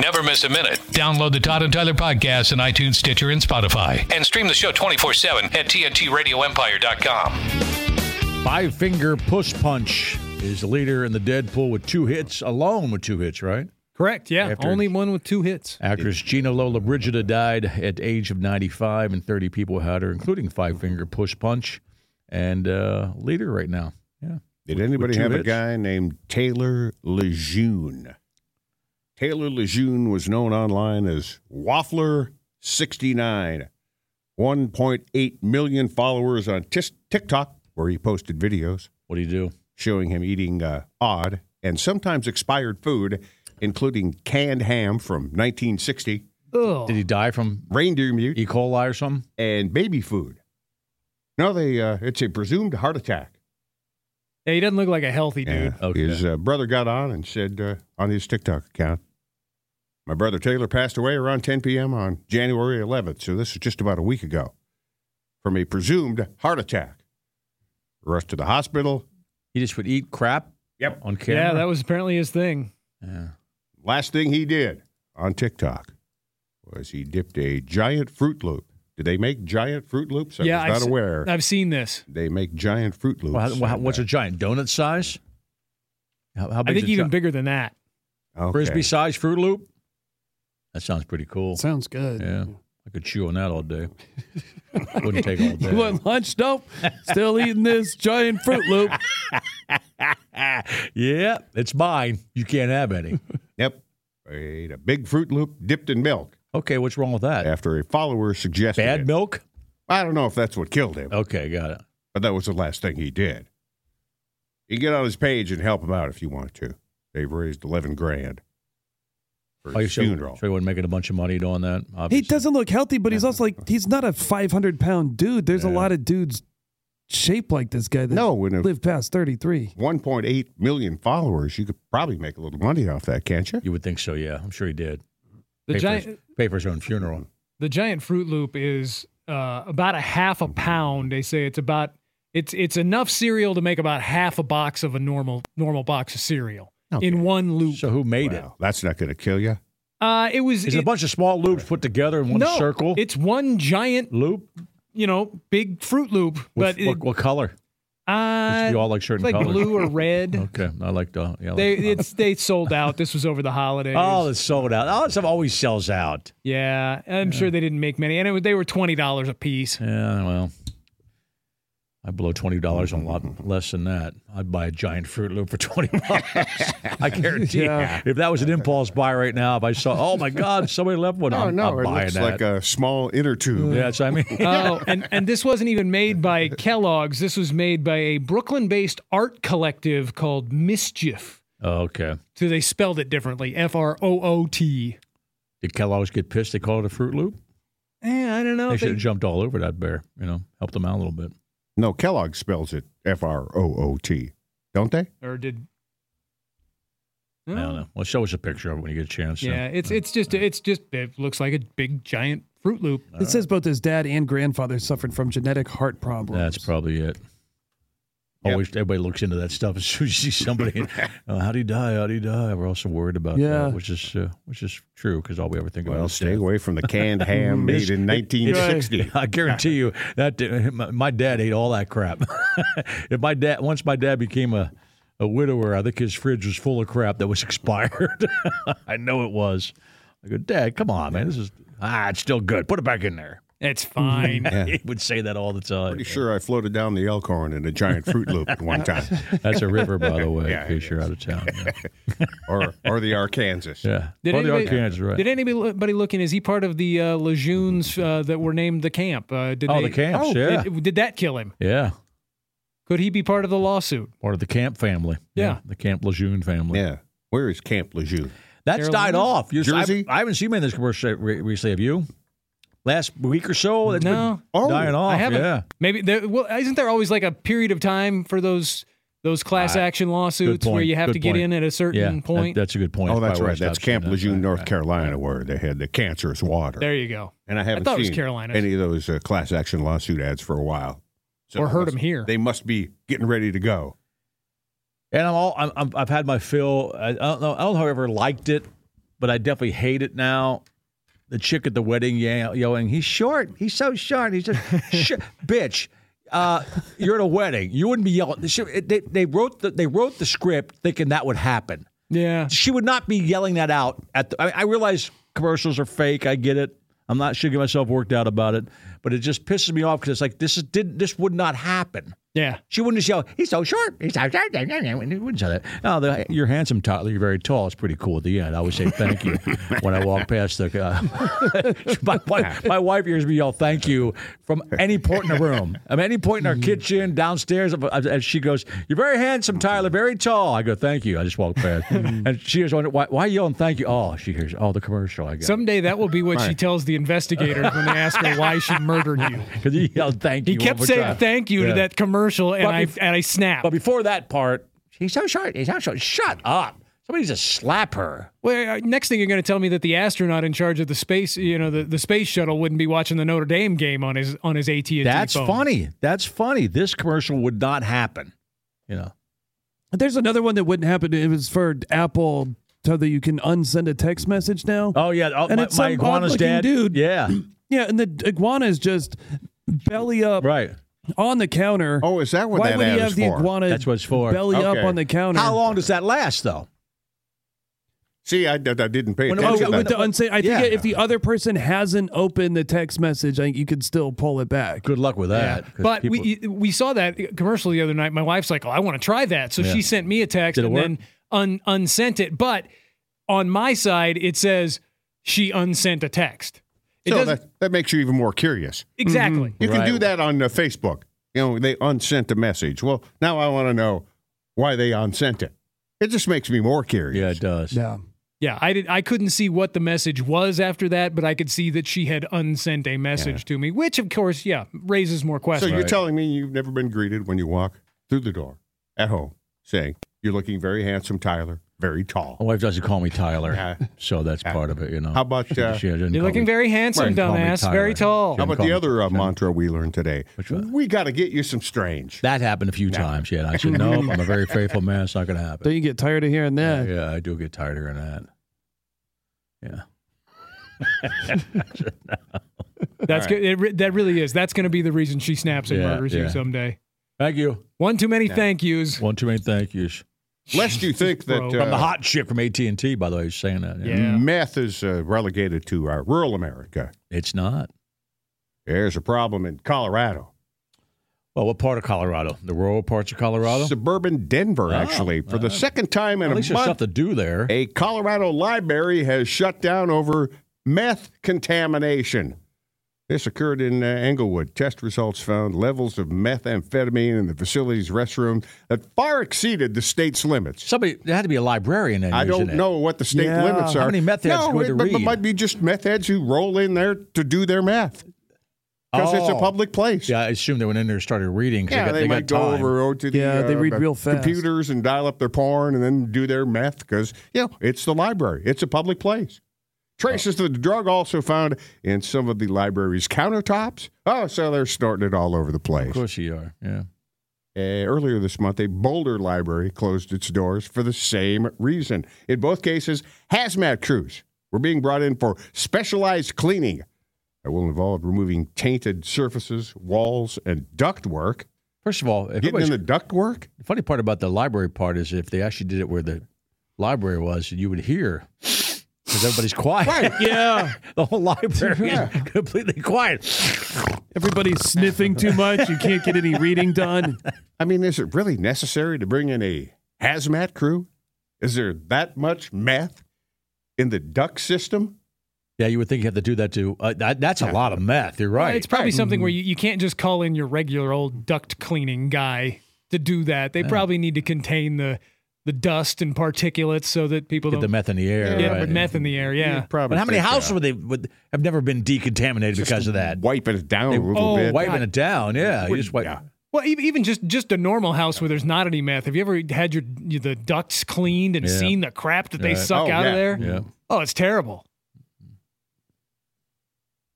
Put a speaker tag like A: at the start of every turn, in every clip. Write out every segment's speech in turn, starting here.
A: Never miss a minute.
B: Download the Todd and Tyler podcast on iTunes, Stitcher, and Spotify.
A: And stream the show 24 7 at TNTRadioEmpire.com.
C: Five finger push punch is the leader in the Deadpool with two hits, alone with two hits, right?
D: Correct. Yeah.
C: After-
D: Only one with two hits.
C: Actress Gina Lola Brigida died at the age of 95, and 30 people had her, including Five Finger Push Punch and uh, leader right now. Yeah. With-
E: Did
C: with
E: anybody
C: two
E: have a
C: hits.
E: guy named Taylor Lejeune? Taylor Lejeune was known online as Waffler69. 1.8 million followers on tis- TikTok, where he posted videos
C: What do you do?
E: showing him eating uh, odd and sometimes expired food, including canned ham from 1960,
D: Ugh.
C: Did he die from
E: reindeer meat,
C: E. coli or something?
E: and baby food. No, they uh, it's a presumed heart attack.
D: Yeah, he doesn't look like a healthy
E: Yeah.
D: dude.
C: Okay.
E: His uh, brother got on and said uh, on his TikTok account, my brother Taylor passed away around 10 p.m. on January 11th. So this is just about a week ago from a presumed heart attack. Rushed to the hospital.
C: He just would eat crap
E: Yep.
C: on
D: Yeah,
C: camera?
D: that was apparently his thing.
C: Yeah.
E: Last thing he did on TikTok was he dipped a giant Fruit Loop. Did they make giant Fruit Loops? I
D: yeah,
E: was not
D: I've, se-
E: aware.
D: I've seen this.
E: they make giant Fruit Loops.
C: Well, how, well, how-
E: And,
C: what's
E: uh,
C: a giant donut size? How, how
D: I
C: big is
D: think
C: a
D: even
C: gi-
D: bigger than that.
E: okay.
C: frisbee size Fruit Loop? That sounds pretty cool.
F: Sounds good.
C: yeah, I could chew on that all day. Wouldn't take all day.
F: You want lunch? Nope. Still eating this giant Fruit Loop.
C: Yeah, it's mine. You can't have any.
E: Yep. Ate a big Fruit Loop dipped in milk
C: Okay, what's wrong with that?
E: after a follower suggested
C: Bad
E: it.
C: milk?
E: I don't know if that's what killed him,
C: Okay, got it.
E: but that was the last thing he did. You can get on his page and help him out if you want to. They've raised eleven grand for his
C: Oh, sure,
E: funeral.
C: Sure, he wasn't making a bunch of money doing that.
F: He
C: Obviously.
F: doesn't look healthy, but he's also like he's not a 500 pound dude. There's a lot of dudes shaped like this guy that
E: No, when a-
F: live past 33.
E: One point eight million followers. You could probably make a little money off that, can't you?
C: You would think so, yeah. I'm sure he did.
D: The
C: pay, for his,
D: giant,
C: pay for his own funeral.
D: the giant Fruit Loop is uh, about a half a pound. They say it's about it's it's enough cereal to make about half a box of a normal normal box of cereal in one loop.
C: So who made
E: Wow, that's not going to kill you.
D: uh, it was
C: it? Is it a bunch of small loops put together in one
D: no,
C: circle?
D: It's one giant,
C: loop?
D: you know, big Fruit Loop,
C: What,
D: but it,
C: what, what color? It
D: uh,
C: should be all like
D: it's
C: certain
D: like
C: colors.
D: blue or red.
C: Okay, I like the. Yeah, I like
D: They
C: the-
D: it's they sold out. This was over the holidays.
C: oh, it's sold out. Oh, stuff always sells out.
D: yeah, I'm sure they didn't make many, and it was, they were twenty dollars a piece.
C: Yeah, well, I blow twenty dollars on a lot less than that. I'd buy a giant Fruit Loop for twenty dollars. I guarantee.
F: Yeah.
C: If that was an impulse buy right now, if I saw, oh my God, somebody left one,
E: Oh
C: I'm,
E: no,
C: I'm
E: it
C: buying
E: looks
C: that.
E: like a small inner tube.
C: yeah, that's what I mean.
D: Oh, and, and this wasn't even made by Kellogg's. This was made by a Brooklyn based art collective called Mischief.
C: Oh, okay.
D: So they spelled it differently F R O O T.
C: Did Kellogg's get pissed? They called it a Fruit Loop.
D: Eh, I don't know.
C: They
D: if
C: should
D: they-
C: have jumped all over that bear. You know, helped them out a little bit.
E: No, Kellogg spells it F R O O T, don't they?
D: or did.
C: I don't know. Well, show us a picture of it when you get a chance. so.
D: Yeah, it's it's just it's just it looks like a big giant Fruit Loop.
F: It says both his dad and grandfather suffered from genetic heart problems.
C: That's probably it. Always, everybody looks into that stuff as soon as you see somebody. uh, how do he die? How do he die? We're also worried about
F: Yeah.
C: that, which is uh, which is true because all we ever think about
E: Well,
C: is
E: stay
C: death.
E: away from the canned ham made in
C: It's-
E: 1960.
C: I guarantee you that uh, my, my dad ate all that crap. if my dad once my dad became a a widower, I think his fridge was full of crap that was expired. I know it was. I go, Dad, come on, man. This is ah, it's still good. Put it back in there.
D: It's fine.
C: He would say that all the time.
E: Pretty sure I floated down the Elkhorn in a giant Fruit Loop at one time,
C: That's a river, by the way,
E: Yeah,
C: in case you're out of town. Yeah.
E: or or the Arkansas.
C: yeah.
D: Did
C: Well, the
D: anybody-
C: Arkansas, right.
D: Did anybody look in? Is he part of the uh, Lejeunes uh, that were named the camp? Uh, did
C: Oh,
D: they-
C: the camps,
D: Oh,
C: yeah.
D: Did, did that kill him?
C: yeah.
D: Could he be part of the lawsuit?
C: Part of the Camp family.
D: Yeah.
C: The Camp Lejeune family.
E: Yeah. Where is Camp Lejeune?
C: That's
D: Carolina?
C: died off. You,
E: Jersey?
C: I, I haven't seen him in this commercial re- recently. Have you? Last week or so? It's
D: No.
C: been
E: Oh,
C: dying off.
D: I haven't.
C: Yeah.
D: Maybe there. Well, isn't there always like a period of time for those those class action lawsuits where
C: point,
D: you have
C: good
D: to get
C: point.
D: in at a
C: Yeah.
D: certain
C: that-
D: point?
C: that's a good point.
E: Oh, that's
C: Probably
E: right. That's
C: stopped seeing
E: Camp
C: that.
E: Lejeune,
C: Right,
E: North
C: right.
E: Carolina, where they had the cancerous water.
D: there you go.
E: and I haven't
D: thought it was
E: seen
D: Carolinas.
E: any of those uh, class action lawsuit ads for a while. So
D: Or
E: they
D: heard
E: must-
D: 'em here.
E: They must be getting ready to go.
C: And I'm all. I'm, I'm, I've had my fill. I, I don't know. I don't know. if I ever liked it, but I definitely hate it now. The chick at the wedding yell, yelling, "He's short. He's so short. He's just sh- bitch." Uh, you're at a wedding. You wouldn't be yelling. She- it- They, they wrote the they wrote the script thinking that would happen.
D: Yeah.
C: She would not be yelling that out. At the, I, I realize commercials are fake. I get it. I'm not should get myself worked out about it, but it just pisses me off because it's like this is did this would not happen.
D: Yeah.
C: She wouldn't just yell, "He's so short." He's so short. It wouldn't say that. Oh, the, you're handsome, toddler. You're very tall. It's pretty cool. At the end, I always say thank you when I walk past the. Uh, my, wife, my wife hears me yell "thank you" from any point in the room. I mean, any point in our kitchen, downstairs. if- if- if she goes, "You're very handsome, Tyler. Very tall." I go, "Thank you." I just walk past, and she was wondering why, why are you yelling "thank you." Oh, she hears, "Oh, the commercial." I go,
D: Someday that will be what she tells the investigators when they ask her why she murdered you.
C: because he yelled "thank you."
D: He
C: one
D: kept
C: more
D: saying
C: time."
D: thank you
C: Yeah.
D: to that commercial, and
C: But
D: I
C: bef-
D: and I snapped.
C: But before that part, he's so short. He's so short. Shut up. Somebody just slap her.
D: Well, uh, next thing you're going to tell me that the astronaut in charge of the space, you know, the, the space shuttle wouldn't be watching the Notre Dame game on his on his AT&T
C: That's
D: phone.
C: funny. That's funny. This commercial would not happen. You know.
F: There's another one that wouldn't happen. It was for Apple, so that you can unsend a text message now.
C: Oh yeah. Oh,
F: And
C: my,
F: it's
C: my
F: some
C: iguana's
F: odd-looking
C: dad.
F: dude.
C: Yeah.
F: Yeah, and the iguana is just belly up
C: Right.
F: on the counter.
E: Oh, is that what
F: Why
E: that
F: would
E: ad
F: he have
E: is
F: the
E: for?
F: iguana
C: That's what it's for.
F: belly up
E: Okay.
F: on the counter?
C: How long does that last though?
E: See, I, I didn't pay
C: When-
F: Oh,
E: attention.
C: Attention, that-
F: with the unsent, I think
C: Yeah.
F: if the other person hasn't opened the text message, I think you could still pull it back.
C: Good luck with
D: Yeah.
C: that. 'cause
D: But
C: people-
D: we we saw that commercial the other night. My wife's like, "Oh, I want to try that," so she sent me a text
C: Did it
D: and then un, unsent it. But on my side, it says she unsent a text. It
E: so
D: doesn't
E: that, that makes you even more curious.
D: exactly.
E: You
C: Right.
E: can do that on uh, Facebook. You know, they unsent a message. Well, now I want to know why they unsent it. It just makes me more curious.
C: yeah, it does.
F: Yeah.
D: Yeah, I did. I couldn't see what the message was after that, but I could see that she had unsent a message to me, which of course, yeah, raises more
E: So
D: questions.
E: you're telling me you've never been greeted when you walk through the door at home saying, You're looking very handsome, Tyler, very
C: My
E: tall.
C: wife doesn't call me Tyler,
E: Yeah.
C: so that's part of it. You know.
E: How about,
C: She-
E: uh,
C: she doesn't
D: You're
C: call
D: looking
C: me-
D: very handsome,
C: She doesn't call me
D: dumbass.
C: Tyler.
D: Very tall.
C: She
E: How
C: doesn't
E: about
C: call
E: the
C: me-
E: other uh,
C: she doesn't-
E: mantra we learned today?
C: Which one?
E: We got to get you some strange.
C: That happened a few times. Yeah. And I said, no, I'm a very faithful man. It's not going to happen.
F: Don't you get tired of hearing that?
C: Yeah, I do get tired of hearing that. Yeah.
D: That's good. It, re- that really is. That's going to be the reason she snaps and
C: Yeah,
D: murders
C: yeah.
D: you someday.
C: Thank you.
D: One too many thank yous.
C: One too many thank yous.
E: Lest you think that
D: Bro.
E: uh,
C: From the hot chick from AT and T, by the way, who's saying that.
D: Yeah.
E: meth is uh, relegated to uh, rural America.
C: It's not.
E: There's a problem in Colorado.
C: Well, what part of Colorado? The rural parts of Colorado.
E: Suburban Denver,
C: Oh,
E: actually. For
C: uh,
E: the second time in
C: At
E: a
C: least there's stuff
E: month,
C: to do there.
E: a Colorado library has shut down over meth contamination. This occurred in uh, Englewood. Test results found levels of methamphetamine in the facility's restroom that far exceeded the state's limits.
C: Somebody there had to be a librarian in.
E: I
C: there,
E: don't
C: isn't it?
E: know what the state
F: Yeah.
E: limits are.
C: How many meth heads
E: no,
C: go
E: it,
C: to
E: but, but
C: read?
E: might be just meth heads who roll in there to do their meth because it's a
C: Oh.
E: public place.
C: Yeah, I assume they went in there and started reading. 'cause they,
E: Yeah,
C: got,
E: they,
C: they
E: might
C: got
E: go
C: time.
E: over oh, to the
F: Yeah, they
E: uh,
F: read
E: the
F: real fast.
E: computers and dial up their porn and then do their meth because you know it's the library. It's a public place. Traces of the drug also found in some of the library's countertops. Oh, so they're snorting it all over the place.
C: Of course you are. Yeah.
E: Uh, earlier this month, a Boulder library closed its doors for the same reason. In both cases, hazmat crews were being brought in for specialized cleaning that will involve removing tainted surfaces, walls, and ductwork.
C: First of all, if
E: Getting in
C: everybody's-
E: the ductwork?
C: the funny part about the library part is if they actually did it where the library was, you would hear because everybody's quiet.
F: Yeah.
C: The whole library
E: Yeah.
C: is completely quiet.
F: Everybody's sniffing too much. You can't get any reading done.
E: I mean, is it really necessary to bring in a hazmat crew? Is there that much meth in the duck system?
C: Yeah, you would think you have to do that too. Uh, that, that's a lot of meth. You're
D: Well,
C: right. Mm-hmm.
D: It's probably something where you, you can't just call in your regular old duct cleaning guy to do that. They probably need to contain the the dust and particulates so that people
C: Get the
D: don't
C: meth in the air.
D: get
C: right.
D: meth in the air. Yeah.
E: You'd probably
C: But how many
E: think, uh,
C: houses would they would have never been decontaminated because of that?
E: Wiping it down a little
D: oh,
E: bit.
C: Wiping it down, yeah. You
E: Wouldn't-
C: just wipe.
E: yeah.
D: Well, e- even just just a normal house where there's not any meth. Have you ever had your the ducts cleaned and
C: Yeah.
D: seen the crap that they
C: Right.
D: suck
E: Oh,
D: out of
E: yeah.
D: there?
C: Yeah.
D: Oh, it's terrible.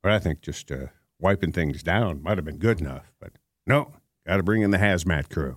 E: But I think just uh, wiping things down might have been good enough. But no, got to bring in the hazmat crew.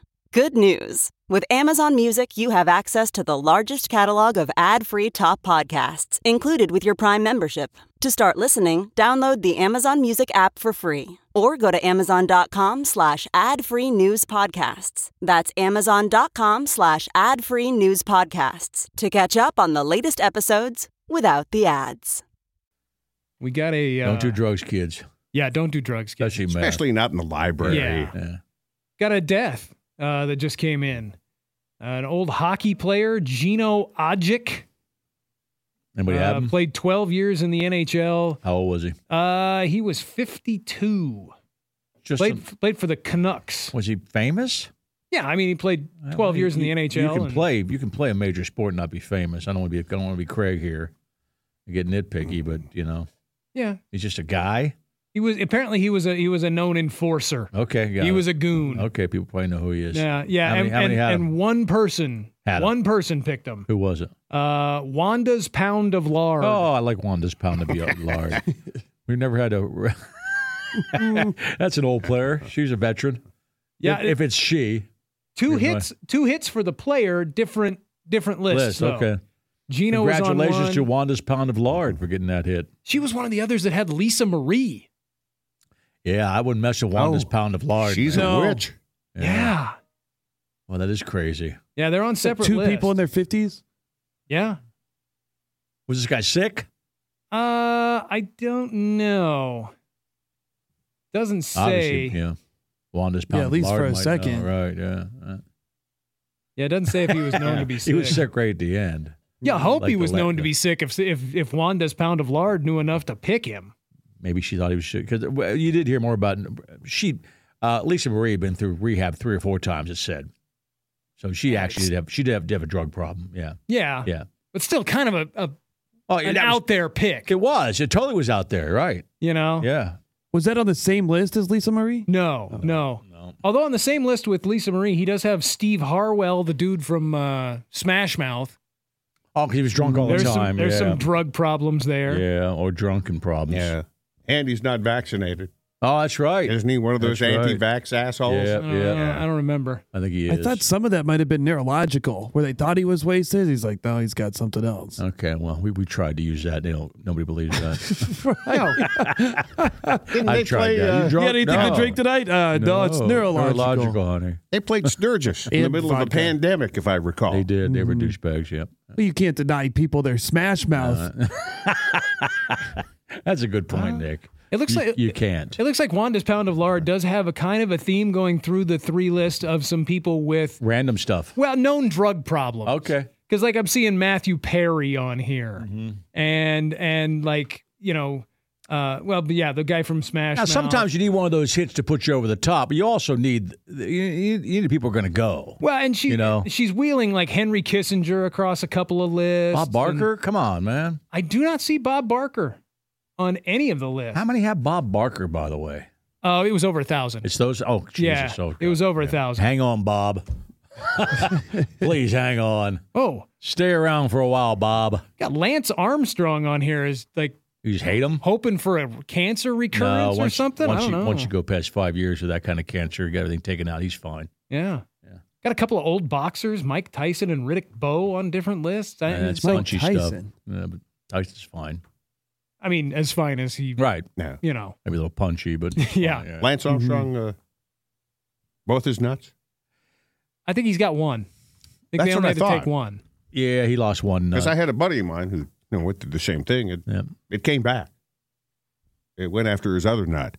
G: Good news! With Amazon Music, you have access to the largest catalog of ad free top podcasts included with your Prime membership. To start listening, download the Amazon Music app for free or go to amazon.com slash ad free news podcasts. That's amazon.com slash ad free news podcasts to catch up on the latest episodes without the ads.
D: We got a uh,
C: Don't do drugs, kids.
D: yeah, don't do drugs. kids.
C: Especially meth.
E: Especially not in the library.
D: Yeah.
C: Yeah.
D: got a death uh, that just came in. an old hockey player, Gino Odjick,
C: Anybody have
D: uh,
C: 'em?
D: played 12 years in the NHL.
C: How old was he?
D: Uh, he was 52.
C: Just
D: played
C: a-
D: played for the Canucks.
C: was he famous?
D: Yeah, I mean he played
C: Well,
D: 12
C: you-
D: years in the
C: you-
D: NHL.
C: You can
D: and-
C: play. You can play a major sport and not be famous. I don't want to be. I don't want to be Craig here. I get nitpicky, but you know,
D: Yeah,
C: he's just a guy.
D: he was apparently he was a he was a known enforcer.
C: Okay, got
D: he
C: it.
D: was a goon.
C: Okay, people probably know who he is.
D: Yeah, yeah,
C: How many-
D: and
C: how many
D: and,
C: had him?
D: and one person,
C: Had him.
D: one person picked him.
C: Who was it?
D: Uh, Wanda's pound of lard.
C: Oh, I like Wanda's pound to be up lard. We've never had a. That's an old player. She's a veteran.
D: Mm. Yeah,
C: if, if it's she.
D: two
C: good
D: hits, two hits for the player. Different, different lists.
C: List,
D: though.
C: okay.
D: Gino was on
C: Congratulations
D: one.
C: to Wanda's pound of lard for getting that hit.
D: She was one of the others that had Lisa Marie.
C: Yeah, I wouldn't mess with Wanda's
E: Oh,
C: pound of lard.
E: She's
C: man.
D: No.
E: a witch.
D: Yeah, yeah,
C: Well, that is crazy.
D: they're on separate.
F: Two
D: lists.
F: people in their 50s?
D: Yeah.
C: Was this guy sick?
D: Uh, I don't know. Doesn't say.
C: Obviously,
D: Yeah.
C: yeah. Wanda's pound
F: at
C: of
F: least
C: lard
F: for a
C: might know,
F: second.
C: right? Yeah. Uh,
D: it doesn't say if he was known to be sick.
C: He was sick right at the end.
D: Yeah, I hope
C: Like
D: he
C: the
D: was
C: la-
D: known to be sick. If if if Wanda's pound of lard knew enough to pick him.
C: Maybe she thought he was sick because you did hear more about she. Uh, Lisa Marie had been through rehab three or four times. It said, so she actually did have she did have, did have a drug problem. Yeah,
D: Yeah.
C: yeah.
D: But still, kind of a, a
C: Oh,
D: an
C: that was-
D: out there pick.
C: it was. It totally was out there, right?
D: You know.
C: Yeah. Oh,
F: Was that on the same list as Lisa Marie?
D: No, no.
C: No.
D: Although on the same list with Lisa Marie, he does have Steve Harwell, the dude from uh, Smash Mouth.
C: Oh, 'cause he was drunk all
D: there's
C: the
D: some-
C: time.
D: there's
C: yeah.
D: some drug problems there.
C: yeah, or drunken problems.
E: Yeah. And he's not vaccinated.
C: Oh, that's right.
E: Isn't he one of those
C: That's right.
E: anti-vax assholes?
D: I
C: Yeah.
D: don't, I don't- Uh, I don't remember.
C: I think he
F: I
C: is.
F: thought some of that might have been neurological, where they thought he was wasted. He's like, no, he's got something else.
C: Okay, well, we, we tried to use that. They don't, nobody believes that.
E: Didn't
C: I
E: they
C: tried
E: play?
C: that.
E: uh,
C: you drunk?
F: You got
C: no.
F: anything to drink tonight? Uh, no. it's neurological.
C: Neurological, honey.
E: They played Sturgis in the
F: And
E: middle of a
F: vodka.
E: pandemic, if I recall.
C: They did. They were douchebags. Yep.
F: Well, you can't deny people their smash mouth.
C: Uh, That's a good point, Nick.
D: Uh, It looks
C: You,
D: like
C: you can't.
D: It looks like Wanda's pound of lard does have a kind of a theme going through the three list of some people with
C: Random stuff.
D: well known drug problems.
C: Okay.
D: because like I'm seeing Matthew Perry on here,
C: Mm-hmm.
D: and and like you know, uh, well, but yeah, the guy from Smash.
C: Now,
D: Mouth.
C: sometimes you need one of those hits to put you over the top, but you also need you, you you need people who are going to go.
D: Well, and she,
C: you know.
D: she's wheeling like Henry Kissinger across a couple of lists.
C: Bob
D: and
C: Barker, come on, man.
D: I do not see Bob Barker on any of the lists.
C: How many have Bob Barker, by the way?
D: Oh, it was over a thousand.
C: It's those. Oh, Jesus.
D: yeah,
C: oh,
D: it was
C: God.
D: over a thousand.
C: Hang on, Bob. Please hang on.
D: Oh,
C: Stay around for a while, Bob.
D: got Lance Armstrong on here as like
C: You just hate them?
D: Hoping for a cancer recurrence or
C: once,
D: something?
C: Once
D: I
C: you,
D: don't know.
C: once you go past five years with that kind of cancer, you got everything taken out. He's fine.
D: Yeah. Got a couple of old boxers, Mike Tyson and Riddick Bowe on different lists. I,
C: Yeah, it's
D: it's like-
C: punchy
F: Tyson.
C: stuff. Yeah, but Tyson's fine.
D: I mean, as fine as he,
C: Right.
E: Yeah.
D: you know.
C: Maybe a little punchy, but he's fine,
D: Yeah.
E: Lance Armstrong, uh, both his nuts.
D: I think he's got one. I think
E: That's
D: they only
E: what I
D: had to
E: thought.
D: take one.
C: Yeah, he lost one.
E: Because I
C: nut.
E: had a buddy of mine who you know, went through the same thing. It,
C: yeah.
E: it came back. It went after his other nut.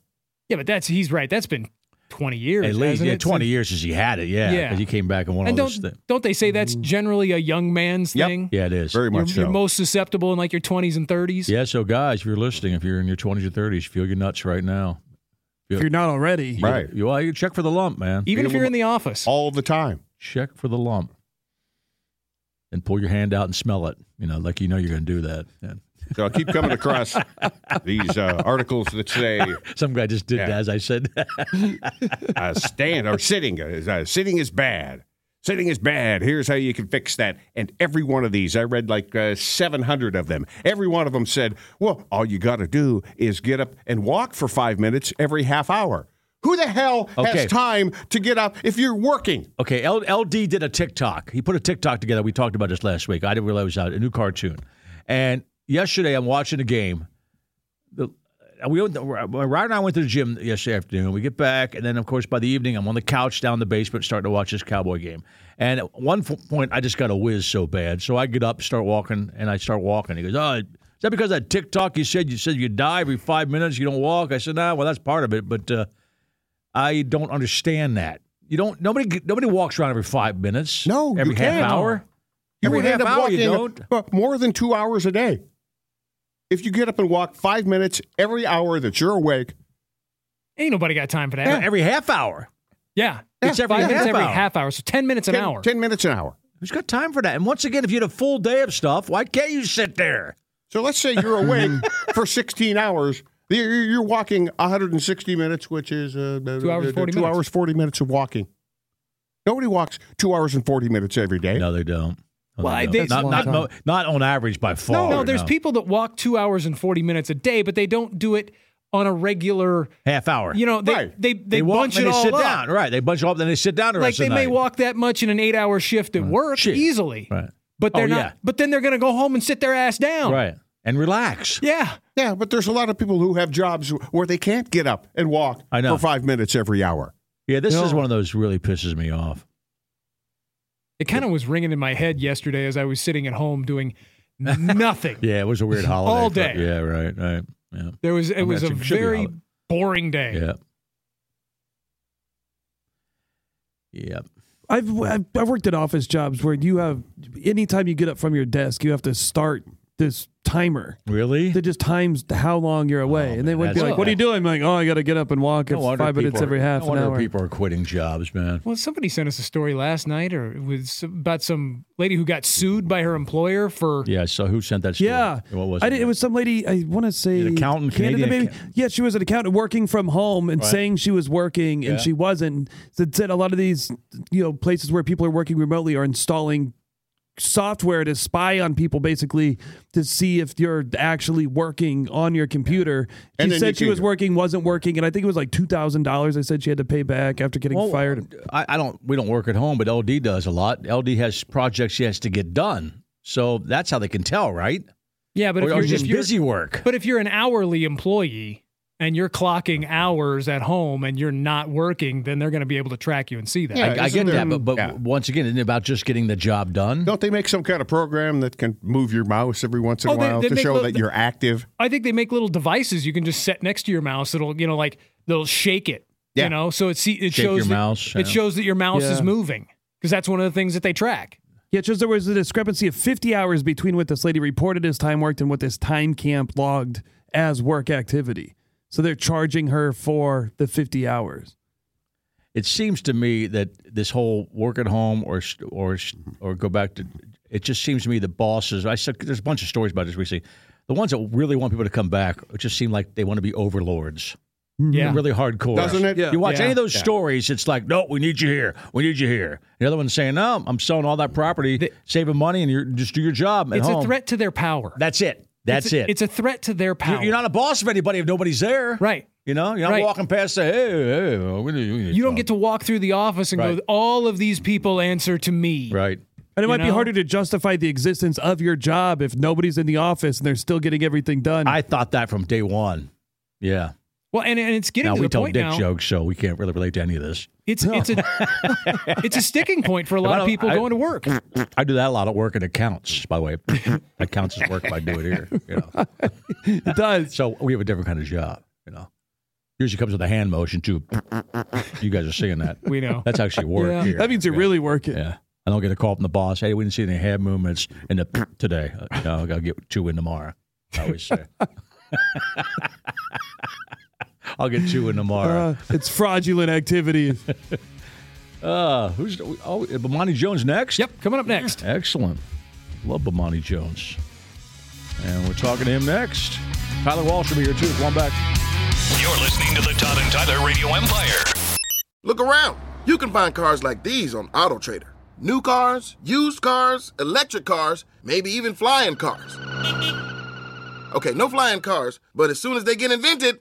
D: Yeah, but that's he's right. That's been twenty years.
C: At least
D: hasn't
C: yeah,
D: it?
C: 20 years since he had it. Yeah.
D: Yeah.
C: Because he came back and won
D: And
C: all
D: don't
C: this thing.
D: don't they say that's generally a young man's
E: Yep.
D: thing?
C: Yeah, it is.
E: Very
D: You're,
E: much
D: you're
E: so.
D: most susceptible in like your twenties and thirties.
C: Yeah, so guys, if you're listening, if you're in your 20s or 30s, feel your nuts right now.
F: If you're not already,
C: You-
E: Right.
C: You, well, you check for the lump, man.
D: Even if you're in the office.
E: All the time.
C: Check for the lump. And pull your hand out and smell it, you know, like you know you're going to do that. Yeah.
E: So I keep coming across these uh, articles that say
C: Some guy just did
E: Yeah.
C: that as I said.
E: uh, stand or sitting. is- Uh, sitting is bad. Sitting is bad. Here's how you can fix that. And every one of these, I read like uh, 700 of them. Every one of them said, well, all you got to do is get up and walk for five minutes every half hour. Who the hell
C: Okay.
E: has time to get up if you're working?
C: Okay, L- LD did a TikTok. He put a TikTok together. We talked about this last week. I didn't realize it was out, a new cartoon. And yesterday, I'm watching a game. The, we went, Ryan and I went to the gym yesterday afternoon. We get back, and then, of course, by the evening, I'm on the couch down in the basement starting to watch this Cowboy game. And at one f- point, I just got a whiz so bad. So I get up, start walking, and I start walking. He goes, Oh, is that because of that TikTok you said you said you die every five minutes, you don't walk? I said, Nah, well, that's part of it. But, uh, I don't understand that. You don't. Nobody. Nobody walks around every five minutes.
E: No, you
C: every half
E: can't.
C: hour.
E: You
C: every
E: would
C: half
E: end up
C: hour, you
E: walking,
C: don't.
E: uh, more than two hours a day. If you get up and walk five minutes every hour that you're awake,
D: Ain't nobody got time for that.
C: Yeah, every half hour.
D: Yeah.
C: It's every
D: Five minutes
C: half
D: every
C: hour.
D: half hour. So ten minutes an hour.
E: 10 minutes an hour.
C: Who's got time for that? And once again, if you had a full day of stuff, why can't you sit there?
E: So let's say you're awake
C: Mm-hmm.
E: for 16 hours. You're you're walking 160 minutes, which is uh,
D: Two hours, 40
E: two
D: minutes.
E: hours, 40 minutes of walking. Nobody walks two hours and 40 minutes every day.
C: No, they don't. No,
D: Well,
C: they
D: I
C: don't.
D: think-
C: not not,
F: Long
C: mo- not on average by far.
D: no, there's people that walk two hours and forty minutes a day, but they don't do it on a regular
C: half hour.
D: you know, they
E: Right.
D: they, they,
C: walk
D: bunch
C: and
D: it
C: they
D: all
C: sit
D: up.
C: down. Right, they bunch it up, then they sit down. The
D: like
C: rest of
D: they
C: the
D: may
C: night.
D: walk that much in an eight hour shift at work
C: Shit.
D: easily.
C: Right.
D: But they're
C: Oh,
D: not
C: yeah.
D: but then they're gonna go home and sit their ass down.
C: Right, and relax.
D: Yeah.
E: Yeah, but there's a lot of people who have jobs where they can't get up and walk
C: I know.
E: for five minutes every hour.
D: Mm-hmm.
C: Yeah, this
F: No.
C: is one of those really pisses me off.
D: It kind of was ringing in my head yesterday as I was sitting at home doing nothing.
C: Yeah, it was a weird holiday.
D: All
C: for-
D: day.
C: Yeah, right, right. Yeah.
D: There was it
C: mean,
D: was a
C: that's a- should be
D: very
C: holiday.
D: boring day.
C: Yeah. Yep.
F: I've, I've I've worked at office jobs where you have anytime you get up from your desk, you have to start this timer
C: Really?
F: that just times how long you're away,
C: Oh,
F: and they
C: man,
F: would be
C: that's-
F: like, "What are you doing?" I'm like, "Oh, I got to get up and walk at five minutes every half
C: no
F: an
C: wonder
F: hour."
C: people are quitting jobs, man.
D: Well, somebody sent us a story last night, or it was about some lady who got sued by her employer for.
C: Yeah. So who sent that? Story?
F: Yeah,
C: What was it?
F: I did, it was some lady. I want to say
C: An accountant,
F: Canada,
C: Canadian
F: maybe.
C: account-
F: yeah, she was an accountant working from home and
C: Right.
F: saying she was working
C: Yeah.
F: and she wasn't. So it said a lot of these, you know, places where people are working remotely are installing software to spy on people, basically to see if you're actually working on your computer.
E: And
F: she
E: then you
F: said she
E: can-
F: was working, wasn't working, and I think it was like two thousand dollars. I said she had to pay back after getting
C: Well,
F: fired.
C: I, I don't. We don't work at home, but LD does a lot. LD has projects she has to get done, so that's how they can tell, right?
D: Yeah, but
C: or
D: if
C: or
D: you're
C: just
D: if you're-
C: busy work.
D: But if you're an hourly employee and you're clocking hours at home and you're not working, then they're going to be able to track you and see that.
E: Yeah,
C: I, I get
E: isn't there-
C: that, but, but
E: Yeah.
C: once again, isn't it about just getting the job done?
E: Don't they make some kind of program that can move your mouse every once in
D: Oh,
E: a
D: they-
E: while
D: they
E: to
D: make
E: show
D: the-
E: that you're active?
D: I think they make little devices you can just set next to your mouse. It'll you know like they'll shake it.
E: Yeah.
D: You know, so it see it
C: Shake
D: shows
C: your
D: that,
C: mouse,
D: It
C: yeah.
D: shows that your mouse is
F: Yeah.
D: moving because that's one of the things that they track.
F: Yeah, it shows there was a discrepancy of 50 hours between what this lady reported as time worked and what this time camp logged as work activity. So they're charging her for the 50 hours.
C: it seems to me that this whole work at home or or or go back to it just seems to me the bosses I said there's a bunch of stories about this we see the ones that really want people to come back it just seem like they want to be overlords
D: Yeah.
C: really hardcore
E: Doesn't it?
C: you watch
D: Yeah.
C: any of those stories it's like no we need you here we need you here the other one's saying no I'm selling all that property saving money and you just do your job at
D: It's
C: home
D: a threat to their power.
C: that's it That's
D: it's,
C: it.
D: It's a threat to their
C: You-
D: power.
C: You're not a boss of anybody if nobody's there.
D: right.
C: You know, you're not
D: Right.
C: walking past. Say, hey, hey, we need- we need
D: You don't
C: some."
D: get to walk through the office and
C: Right.
D: go, all of these people answer to me.
C: Right.
F: And it
D: You
F: might be
D: know?
F: harder to justify the existence of your job if nobody's in the office and they're still getting everything done.
C: I thought that from day one. Yeah.
D: Well, and, and it's getting
C: Now
D: to
C: we
D: the
C: tell
D: point
C: dick
D: now.
C: jokes, so we can't really relate to any of this.
D: It's it's a it's a sticking point for a lot
C: I
D: of
C: don't-
D: people
C: I-
D: going to work.
C: I do that a lot at work, and it counts. By the way, it counts as work if I do it here. You know?
F: it does.
C: So we have a different kind of job. You know, usually comes with a hand motion too. You guys are seeing that.
D: We know.
C: That's actually work.
D: Yeah.
C: here.
F: That means you're really working.
C: Yeah. I don't get a call from the boss. Hey, we didn't see any hand movements in the today. Uh, no, I got to get two in tomorrow. I always say. I'll get two in tomorrow.
F: Uh, it's fraudulent activity.
C: Uh, who's oh, Bomani Jones next?
D: Yep, coming up next.
C: Excellent. Love Bomani Jones. And we're talking to him next. Tyler Walsh will be here too. Come on back.
A: You're listening to the Todd and Tyler Radio Empire.
G: Look around. You can find cars like these on AutoTrader. New cars, used cars, electric cars, maybe even flying cars. Okay, no flying cars, but as soon as they get invented,